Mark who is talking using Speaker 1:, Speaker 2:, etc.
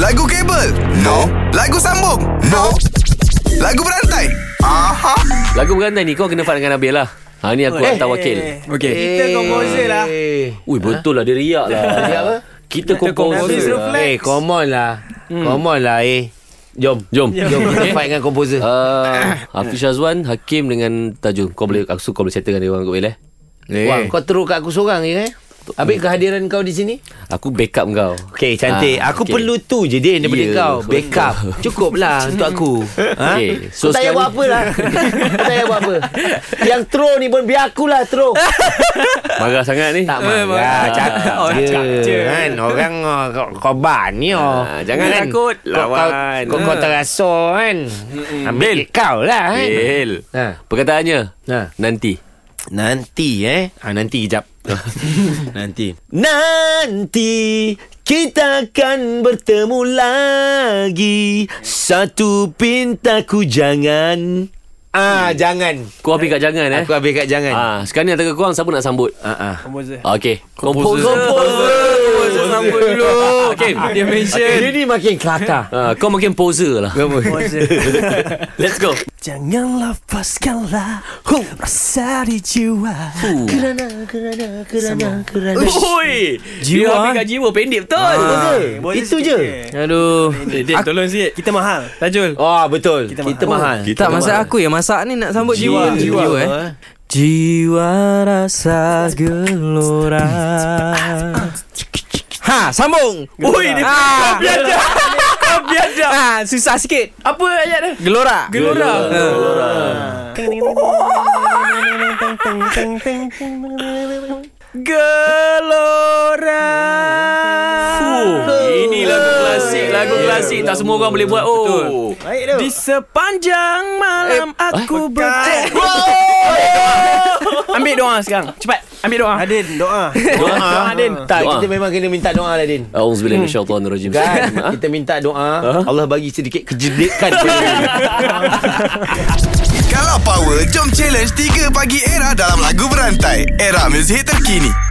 Speaker 1: Lagu kabel? No. Lagu sambung? No. Lagu berantai? Aha.
Speaker 2: Lagu berantai ni kau kena faham dengan Nabil lah. Ha ni aku hantar wakil.
Speaker 3: Okey.
Speaker 4: Oh, eh. Kita komposer lah.
Speaker 2: Ui betul lah dia riak lah. Dia apa? Kita
Speaker 4: Nabil
Speaker 2: komposer.
Speaker 4: suruh flex.
Speaker 3: Eh, come on lah. Come on lah, eh. Jom.
Speaker 2: Jom.
Speaker 3: Jom Eh. kita
Speaker 2: Okay.
Speaker 3: fight dengan komposer.
Speaker 2: Uh, Hafiz Azwan Hakim dengan Tajul Kau boleh Aku kau boleh settle dengan dia orang kot Wil, eh?
Speaker 3: Eh. Wah, kau teruk kat aku seorang je, eh. Habis kehadiran kau di sini?
Speaker 2: ya, Aku backup kau
Speaker 3: Okey, cantik.
Speaker 2: Ah,
Speaker 3: aku
Speaker 2: okey.
Speaker 3: perlu tu je dia daripada
Speaker 2: Ya,
Speaker 3: kau.
Speaker 2: betul.
Speaker 3: Backup. Cukup lah untuk aku. Ha?
Speaker 2: Okey, so
Speaker 3: So kau tak payah
Speaker 2: sekarang
Speaker 3: buat
Speaker 2: ni-
Speaker 3: apa lah. kau tak payah buat apa. Yang throw ni pun biar akulah throw.
Speaker 2: Marah Oh. sangat ni
Speaker 3: tak marah. Ya, Ah, Cakap
Speaker 4: Orang
Speaker 3: je.
Speaker 4: cakap je.
Speaker 3: Kan? Orang ah, kau, kau bani oh.
Speaker 2: Ah, jangan
Speaker 4: takut.
Speaker 3: Lawan.
Speaker 2: Lawan.
Speaker 3: Kau, kau, kau terasa kan. Ambil kau lah kan.
Speaker 2: Bil
Speaker 3: Ha.
Speaker 2: Perkataannya
Speaker 3: Ha.
Speaker 2: Nanti
Speaker 3: Nanti eh ha, Nanti kejap Nanti Nanti Kita akan bertemu lagi Satu pintaku jangan Ah jangan
Speaker 2: Kau habis kat jangan eh
Speaker 3: Aku habis kat jangan
Speaker 2: Ah, sekarang ni antara korang siapa nak sambut?
Speaker 3: Kan? Ah ah
Speaker 4: Komposer.
Speaker 2: Ah, okay. Komposer.
Speaker 4: Komposer sambut dulu.
Speaker 2: Okay.
Speaker 4: Dia mention.
Speaker 3: ni makin kelakar
Speaker 2: Ah, kau makin poser lah.
Speaker 4: Komposer.
Speaker 2: Let's go.
Speaker 4: Jangan lepaskanlah rasa di jiwa.
Speaker 3: Kerana kerana
Speaker 2: Oi. Jiwa. Dia
Speaker 4: Jiwa.
Speaker 2: habis kat jiwa pendek betul.
Speaker 4: Boleh
Speaker 3: Itu
Speaker 4: sikit
Speaker 3: je
Speaker 4: je.
Speaker 3: Aduh
Speaker 4: Dia tolong sikit. Kita mahal. Tajul.
Speaker 3: Oh betul Kita, mahal
Speaker 5: Kita tak masak aku yang masak ni nak sambut jiwa.
Speaker 4: Jiwa.
Speaker 5: jiwa eh. Jiwa rasa gelora. Ha, sambung.
Speaker 4: Oi, dia
Speaker 5: Ah.
Speaker 4: biadab. Kau biadab.
Speaker 5: Ha, susah sikit.
Speaker 4: Apa ayat dia?
Speaker 5: Gelora.
Speaker 4: Gelora.
Speaker 5: Gelora. Gelora.
Speaker 2: Ini Oh. lagu klasik, lagu klasik. Tak semua orang boleh buat. Oh.
Speaker 4: Baik tu.
Speaker 5: Di sepanjang malam aku
Speaker 4: Bukan.
Speaker 5: ber
Speaker 4: Ambil doa sekarang. Cepat. Ambil doa. Adin, doa.
Speaker 3: Doa
Speaker 4: Din.
Speaker 3: Tak
Speaker 2: Doa.
Speaker 3: kita memang kena minta doa lah Din
Speaker 2: Auzubillahi minasyaitonirrajim.
Speaker 3: Kan kita minta doa Allah bagi sedikit kejedikan
Speaker 1: Kalau power, jom challenge 3 pagi era dalam lagu berantai. Era muzik terkini.